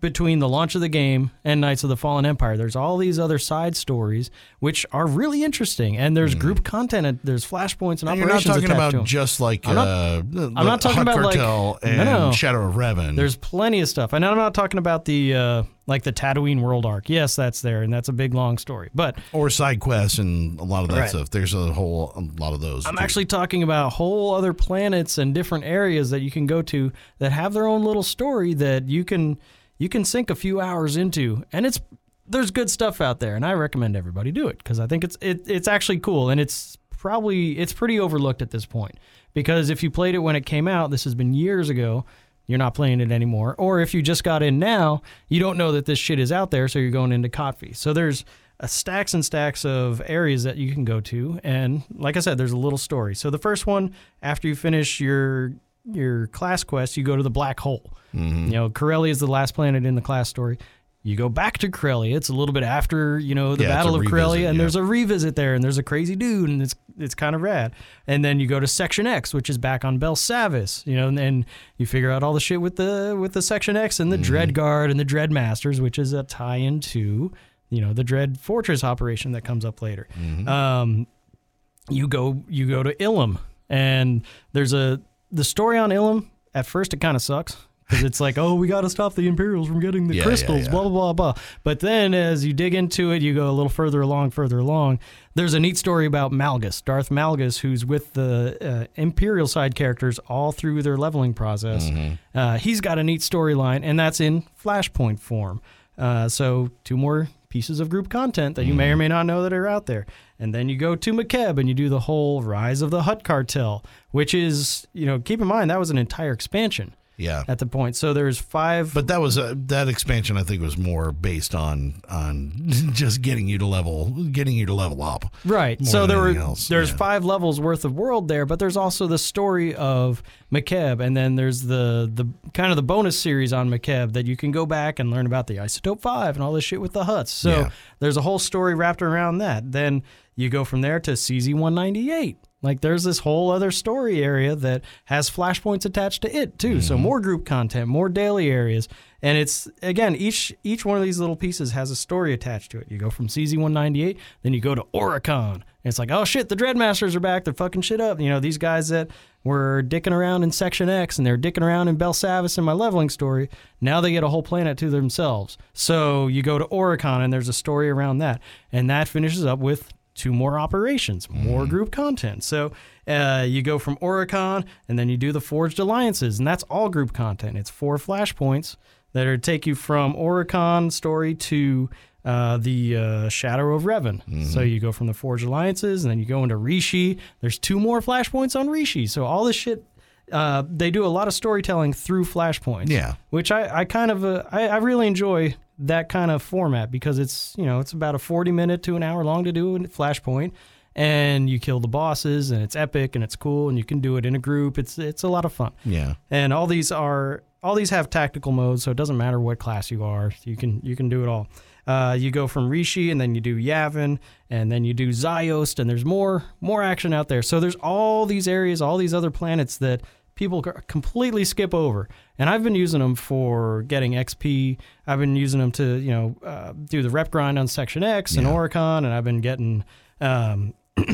between the launch of the game and Knights of the Fallen Empire. There's all these other side stories which are really interesting, and there's group content, and there's flashpoints
Mm-hmm.
and
And you're not
operations
talking
attached to
about
'em.
just like
not-
uh, the, the
not talking
Hutt
about, like-
cartel
no,
and
no.
Shadow of Revan.
There's plenty of stuff. And I'm not talking about the uh, like the Tatooine world arc. Yes, that's there, and that's a big long story. But
or side quests and a lot of that
Right.
stuff. There's a whole a lot of those.
I'm
too.
actually talking about whole other planets and different areas that you can go to that have their own little story that you can you can sink a few hours into, and it's there's good stuff out there, and I recommend everybody do it because I think it's it, it's actually cool, and it's probably it's pretty overlooked at this point because if you played it when it came out, this has been years ago. You're not playing it anymore, or if you just got in now, you don't know that this shit is out there, so you're going into Kotfi. So there's uh, stacks and stacks of areas that you can go to, and like I said, there's a little story. So the first one, after you finish your your class quest, you go to the black hole.
Mm-hmm.
You know, Corelli is the last planet in the class story. You go back to Corelli. It's a little bit after you know the
Yeah, it's
Battle
a
of Corelli,
revisit,
and
yeah.
there's a revisit there, and there's a crazy dude, and it's it's kind of rad. And then you go to Section X, which is back on Bell Savis, you know, and, and you figure out all the shit with the with the Section X and the
Mm-hmm.
Dread Guard and the Dread Masters, which is a tie-in to you know the Dread Fortress operation that comes up later.
Mm-hmm.
Um, you go you go to Ilum, and there's a the story on Ilum. At first, it kind of sucks because it's like, oh, we got to stop the Imperials from getting the
Yeah, yeah,
crystals,
yeah.
blah blah blah blah. But then, as you dig into it, you go a little further along, further along. There's a neat story about Malgus, Darth Malgus, who's with the uh, Imperial side characters all through their leveling process. Uh, he's got a neat storyline, and that's in Flashpoint form. Uh, so two more pieces of group content that you may or may not know that are out there. And then you go to McKeb and you do the whole Rise of the Hut Cartel, which is, you know, keep in mind that was an entire expansion
Yeah.
at the point. So there's five.
But that was uh, that expansion. I think was more based on on just getting you to level, getting you to level up.
Right.
more
So
than
there were
anything else,
there's
yeah.
five levels worth of world there, but there's also the story of McKeb, and then there's the the kind of the bonus series on McKeb that you can go back and learn about the isotope five and all this shit with the huts. So
Yeah.
there's a whole story wrapped around that. Then you go from there to CZ one ninety eight. Like there's this whole other story area that has flashpoints attached to it too. So more group content, more daily areas, and it's again each each one of these little pieces has a story attached to it. You go from CZ198, then you go to Oricon. And it's like, oh shit, the Dreadmasters are back. They're fucking shit up. You know these guys that were dicking around in Section X and they're dicking around in Bell Savis in my leveling story. Now they get a whole planet to themselves. So you go to Oricon and there's a story around that, and that finishes up with two more operations, more group content. So uh, you go from Oricon, and then you do the Forged Alliances, and that's all group content. It's four flashpoints that are take you from Oricon story to uh, the uh, Shadow of Revan. So you go from the Forged Alliances, and then you go into Rishi. There's two more flashpoints on Rishi. So all this shit. Uh, they do a lot of storytelling through flashpoints
Yeah.
which I, I kind of uh, I, I really enjoy that kind of format because it's you know it's about a 40 minute to an hour long to do in flashpoint and you kill the bosses and it's epic and it's cool and you can do it in a group it's it's a lot of fun
Yeah.
and all these are all these have tactical modes so it doesn't matter what class you are you can you can do it all uh, you go from rishi and then you do yavin and then you do zyost and there's more more action out there so there's all these areas all these other planets that people c- completely skip over and i've been using them for getting xp i've been using them to you know uh, do the rep grind on section x and oricon and i've been getting um, i've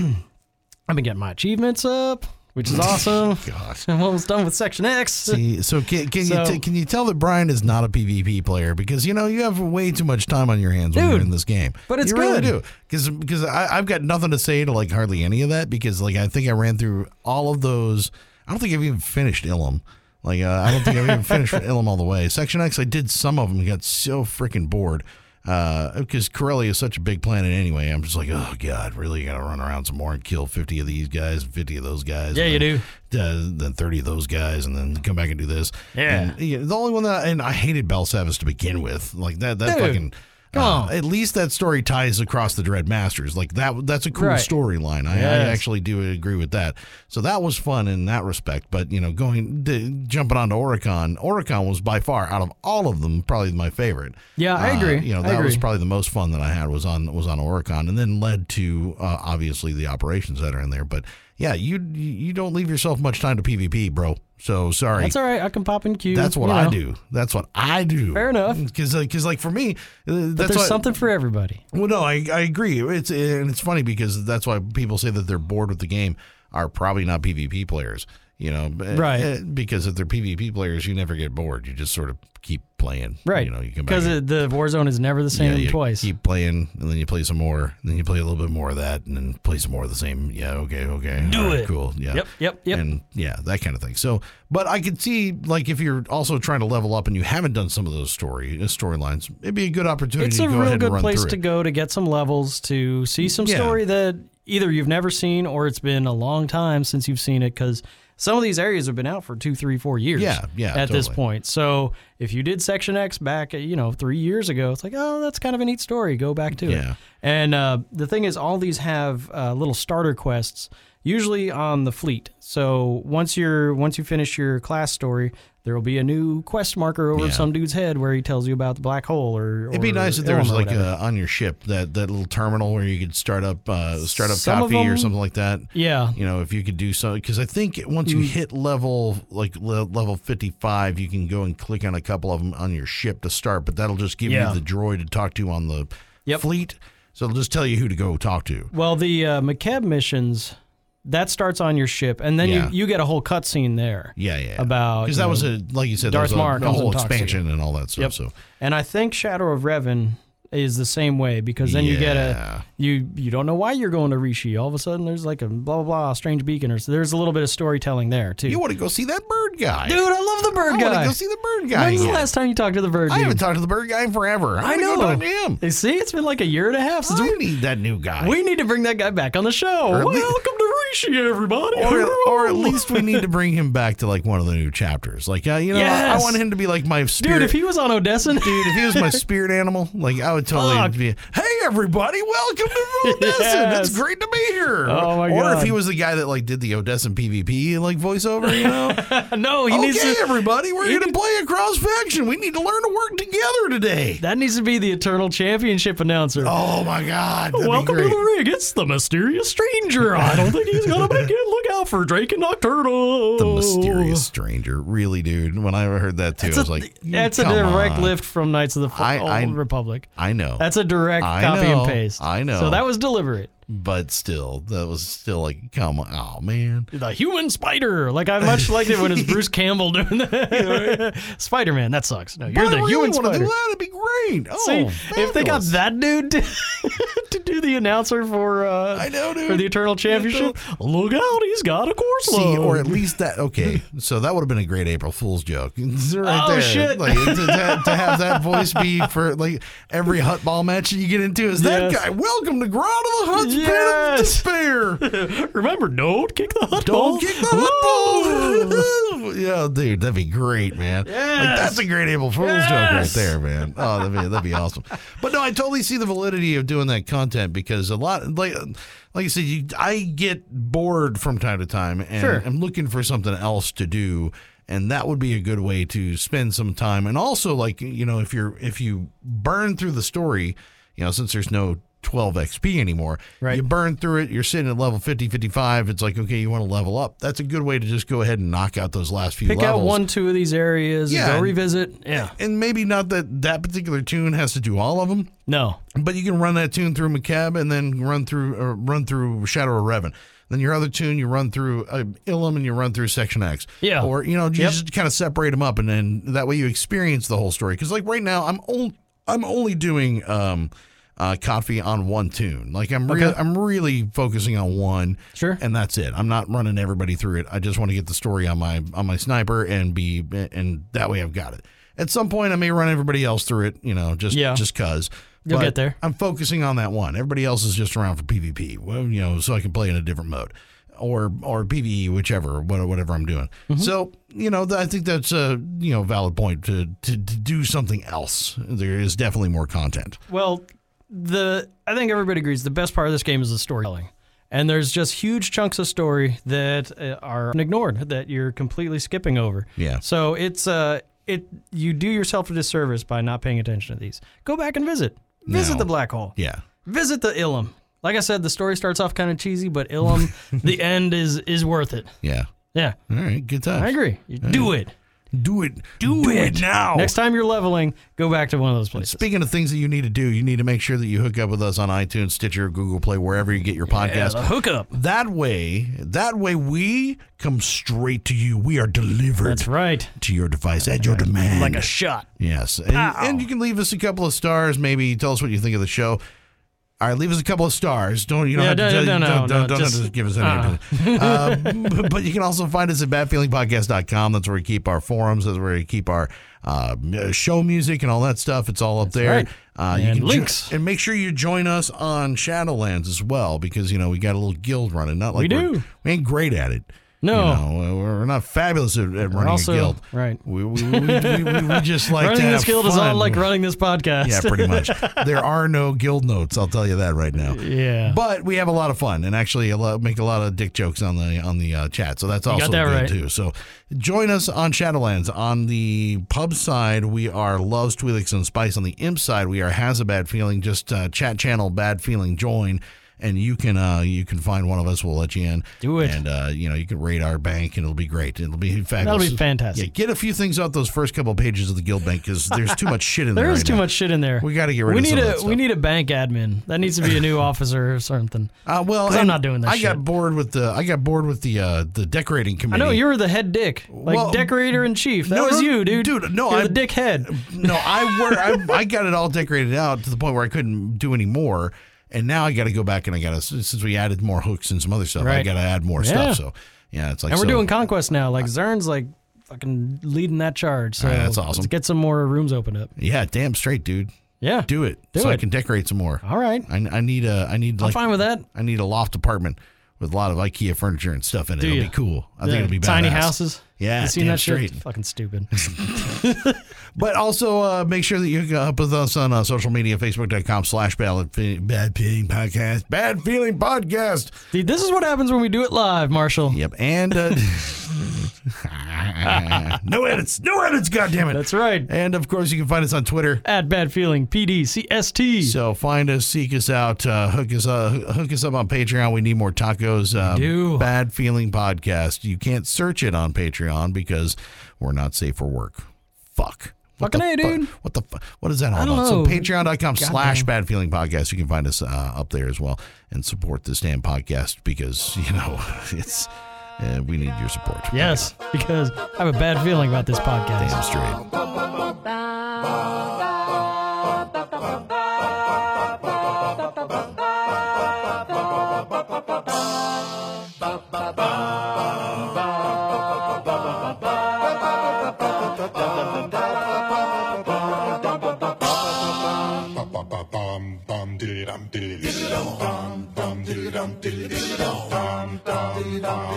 been getting my achievements up which is awesome
Gosh.
I'm almost done with Section X.
See, so can, can
So-
you t- can you tell that Brian is not a PvP player because you know you have way too much time on your hands when you're
Dude,
in this game.
but it's
you really
good.
do because because I, I've got nothing to say to like hardly any of that because like I think I ran through all of those. I don't think I've even finished Ilum. Like uh, I don't think I've even finished Ilum all the way. Section X, I did some of them. and Got so freaking bored. Because Corelli is such a big planet anyway, I'm just like, oh god, really? You gotta run around some more and kill 50 of these guys, 50 of those guys.
Yeah,
and
you
then-
do.
uh, then 30 of those guys and then come back and do this.
Yeah.
And, yeah, the only one that, and I hated Bell Savis to begin with. Like that, that
Dude,
fucking.
come
uh,
on.
at least that story ties across the Dread Masters. Like that, that's a cool
Right.
storyline. I, I
Yes.
actually do agree with that. So that was fun in that respect. But you know, going d- jumping onto Oricon, Oricon was by far out of all of them probably my favorite.
Yeah, I
Uh,
agree.
you know,
I
that was
agree.
probably the most fun that I had was on was on Oricon, and then led to uh, obviously the operations that are in there. But yeah, you you don't leave yourself much time to PvP, bro. So sorry.
That's all right. I can pop in queue.
That's what
you
I
know.
do. That's what I do.
Fair enough.
Because, like for me, uh,
But
that's
there's
what,
something for everybody.
well, no, I, I agree. It's and it's funny because that's why people say that they're bored with the game are probably not PvP players. you know, b-
Right.
eh, Because if they're PvP players, you never get bored. You just sort of keep playing,
Right.
You know, you come back
because
and-
the Warzone is never the
yeah,
same
you
twice.
Keep playing, and then you play some more, and then you play a little bit more of that, and then play some more of the same. Yeah, okay, okay,
Do
all right,
it.
cool, yeah,
Yep, yep, yep.
and yeah, that kind of thing. So, but I could see like if you're also trying to level up and you haven't done some of those story uh, storylines, it'd be a good opportunity
it's
to
a
go
real
ahead
good
and run
place
through
to
it.
go to get some levels to see some
Yeah.
story that either you've never seen or it's been a long time since you've seen it because some of these areas have been out for two three four years
Yeah, yeah,
at this
totally.
point so if you did section x back you know three years ago it's like oh that's kind of a neat story go back to
Yeah.
it and uh, the thing is all these have uh, little starter quests usually on the fleet so once you're once you finish your class story there will be a new quest marker over
Yeah.
some dude's head where he tells you about the black hole or,
It'd be
or
nice if there was
Elm or
like
whatever.
uh on your ship that that little terminal where you could start up uh, start up
Some of
coffee or
them-
something like that.
yeah
You know, if you could do so, because I think once
Mm.
you hit level like le- level fifty five, you can go and click on a couple of them on your ship to start. But that'll just give
Yeah.
you the droid to talk to on the
Yep.
fleet. So it'll just tell you who to go talk to.
well the uh, McKeb missions that starts on your ship and then
Yeah.
you, you get a whole cutscene there
Yeah, yeah.
About,
because
you
that was
know,
a like you said,
Darth
there's a,
Maul
a
comes
whole
and talks to you.
expansion and all that stuff.
Yep.
So
and I think Shadow of Revan is the same way because then you get
Yeah.
a you you don't know why you're going to Rishi. All of a sudden there's like a blah blah blah strange beacon or so there's a little bit of storytelling there too.
you want to go see that bird guy,
Dude, I love the bird
I want
guy.
to go see the bird guy.
When's the
again.
last time you talked to the bird?
I
dude?
haven't talked to the bird guy in forever. I'm
I
gonna
know.
Go talk to him.
You See, it's been like a year and a half since
I
we,
need that new guy.
we need to bring that guy back on the show.
Or at least-
Welcome to Rishi, everybody.
or, or at
Hello.
least we need to bring him back to like one of the new chapters. Like, uh, you know, I, I
Yes.
want him to be like my spirit.
dude, if he was on Odessa,
Dude, if he was my spirit animal, like I would totally
Fuck.
be. Hey, everybody, welcome to Odessa.
Yes.
It's great to be here.
Oh, my
Or if
God.
he was the guy that like did the Odessa PvP like voiceover, you know?
no, he needs
okay,
to.
everybody, we're going to play across faction. We need to learn to work together today.
That needs to be the eternal championship announcer.
Oh my God! that'd be
Welcome to
great.
the rig. It's the mysterious stranger. I don't think he's gonna make it. Look out for Drake and Nocturno.
the mysterious stranger. Really, dude. When I heard that too,
It's
I was
a,
like,
that's a
"Come
direct
on."
lift from Knights of the F-
I- I-
Old Republic.
I know.
That's a direct
I
copy
know,
and paste.
I know.
So that was deliberate.
but still, that was still like, come on, oh man.
The human spider. Like I much liked it when it's Bruce Campbell doing that. Spider Man. That sucks. No, you're
I
the
really
human
wanna do
spider.
that. It'd be great. Oh,
See, if they got
fabulous.
that dude to, to do the announcer for uh,
I know, dude.
for the Eternal Championship, look out, he's got a course
See,
load.
or at least that. Okay, so that would have been a great April Fool's joke. It's right
Oh,
there.
shit.
Like, to, to- to have that voice be for like every hut ball match that you get into is that
Yes.
guy. Welcome to Ground of the Hut's
Yes.
Pit of Despair.
Remember, don't kick the hot ball.
Don't kick the hot ball. yeah, dude, that'd be great, man. Like,
Yes.
that's a great April Fool's joke right
Yes.
there, man. Oh, that'd be that'd be awesome. But no, I totally see the validity of doing that content because a lot, like, like I said, you, I get bored from time to time, and
Sure.
I'm looking for something else to do. And that would be a good way to spend some time. And also, like you know, if you're if you burn through the story, you know, since there's no 12 XP anymore,
Right.
you burn through it. You're sitting at level 50, 55. It's like, okay, you want to level up. That's a good way to just go ahead and knock out those last few
Pick
levels.
out one, two of these areas.
Yeah,
and go
and-
revisit. Yeah.
And maybe not that that particular tune has to do all of them,
No.
but you can run that tune through McCab and then run through or run through Shadow of Revan. Then your other tune, you run through uh, Ilum and you run through Section X.
Yeah.
Or, you know, you
Yep.
just kind of separate them up and then that way you experience the whole story. Because, like, right now, I'm, on, I'm only doing um, uh, coffee on one tune. Like, I'm, rea-
Okay.
I'm really focusing on one.
Sure.
And that's it. I'm not running everybody through it. I just want to get the story on my on my sniper and be and that way I've got it. At some point I may run everybody else through it, you know, just
Yeah.
just cuz.
You'll get there.
I'm focusing on that one. Everybody else is just around for PvP. Well, you know, so I can play in a different mode. Or or PVE, whichever, what- whatever I'm doing.
Mm-hmm.
So you know, th- I think that's a you know valid point to, to to do something else. There is definitely more content.
Well, the I think everybody agrees the best part of this game is the storytelling. And there's just huge chunks of story that uh, are ignored that you're completely skipping over.
Yeah.
So it's uh it you do yourself a disservice by not paying attention to these. Go back and visit. Visit
No.
the black hole.
Yeah,
Visit the Ilum. Like I said, the story starts off kind of cheesy, but Ilum, the end is is worth it.
yeah.
Yeah,
All right, good time. Mm.
I agree. You do it.
Do it. Do, it. now.
Next time you're leveling, go back to one of those places.
Speaking of things that you need to do, you need to make sure that you hook up with us on iTunes, Stitcher, Google Play, wherever you get your podcast.
hookup.
that way, that way we come straight to you. We are delivered
That's right.
to your device at your demand.
shot.
Yes. And, and you can leave us a couple of stars. Maybe tell us what you think of the show. All right, leave us a couple of stars. Don't you don't
Yeah,
have to
no,
tell-
no, no,
don't,
no,
don't, don't have
just- uh-uh.
to give us any opinion. Uh, b- but you can also find us at badfeelingpodcast.com. That's where we keep our forums. That's where we keep our uh, m- show music and all that stuff. It's all up there.
right.
Uh, you
And
can jo-
links.
and make sure you join us on Shadowlands as well, because you know we got a little guild running. Not like
We
we're-
do.
We ain't great at it.
No.
you know, we're not fabulous at, at running
also-
a guild.
right.
We we, we, we, we- we just like to
running this
have
guild is all
fun.
like running this podcast.
Yeah, pretty much. there are no guild notes. I'll tell you that right now.
yeah.
But we have a lot of fun and actually a lot, make a lot of dick jokes on the on the uh, chat. So that's also
that
good
right.
too. So join us on Shadowlands on the pub side. We are Loves Tweelix and Spice on the imp side. We are Has a Bad Feeling. Just uh, chat channel Bad Feeling join. And you can uh, you can find one of us. We'll let you in.
Do it.
And uh, you know you can rate our bank, and it'll be great. It'll be fabulous.
fantastic.
Yeah, get a few things out those first couple pages of the guild bank because there's too much shit in there.
there is
right
too
now.
much shit in there.
We gotta get rid
we
of
need
some of
a
that stuff.
we need a bank admin. That needs to be a new officer or something.
Uh, well,
'Cause I'm
and
not doing that
I got
shit.
bored with the I got bored with the uh, the decorating
I
committee.
know you were the head dick, like
Well,
decorator in chief. That
no,
was
no,
you, dude.
dude, no,
You're
I-
the dickhead.
no, I were I, I got it all decorated out to the point where I couldn't do any more, and now I got to go back and I got to since we added more hooks and some other stuff, I
Right.
got to add more
Yeah.
stuff. So yeah, it's like
And we're
so-
doing conquest now. Like Zern's like fucking leading that charge. So
Ah, that's
Let's
awesome.
get some more rooms opened up.
yeah, damn straight, dude.
Yeah.
Do it
Do
so I
it.
can decorate some more.
All right.
I, I need a I need
I'm
like
fine with that.
I need a loft apartment with a lot of IKEA furniture and stuff in it.
Do
It'll
ya?
be cool. I think
Yeah,
it'll be
tiny
badass.
houses.
Yeah,
you seen
damn
that shit?
straight.
Fucking stupid.
But also uh, make sure that you hook up with us on uh, social media, facebook.com slash bad, Fe- bad feeling podcast, bad feeling podcast.
Dude, this is what happens when we do it live, Marshall.
Yep. And uh, no edits, no edits. God damn it.
That's right.
and of course you can find us on Twitter.
At bad feeling PDCST.
So find us, seek us out, uh, hook us up, hook us up on Patreon. We need more tacos. Uh,
do.
Bad feeling podcast. You can't search it on Patreon because we're not safe for work. Fuck. What
Fucking
the
A,
fu-
dude.
What the fu- What is that all
don't
about? So
know.
patreon.com slash bad feeling podcast. You can find us uh, up there as well and support this damn podcast because, you know, it's uh, we need your support.
yes, because I have a bad feeling about this podcast.
Damn straight.
Ba-ba-ba-bum, bum, diddly-dum, diddly-diddly-dum, bum, bum, diddly-dum, diddly-diddly-dum, bum, bum, bum,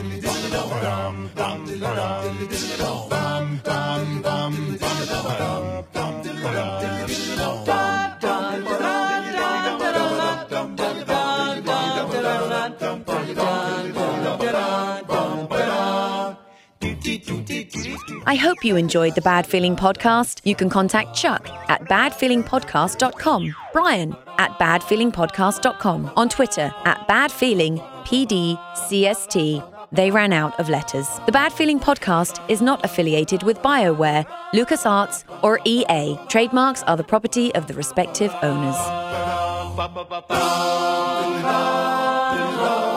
diddly-dum, bum, ba-dum, diddly-diddly-dum, bum, bum, bum, diddly-dum, ba-dum, bum, diddly-dum, diddly-diddly-dum, bum, bum, diddly-dum, diddly-dum, diddly-dum, diddly-dum, bum, ba-dum. Do-dee-do-dee-do-dee-do.
I hope you enjoyed the Bad Feeling Podcast. You can contact Chuck at badfeelingpodcast.com, Brian at badfeelingpodcast.com, on Twitter at badfeelingpdcst. They ran out of letters. The Bad Feeling Podcast is not affiliated with BioWare, LucasArts, or EA. Trademarks are the property of the respective owners.
Ba-ba-ba-bum, diddly-dum, diddly-dum.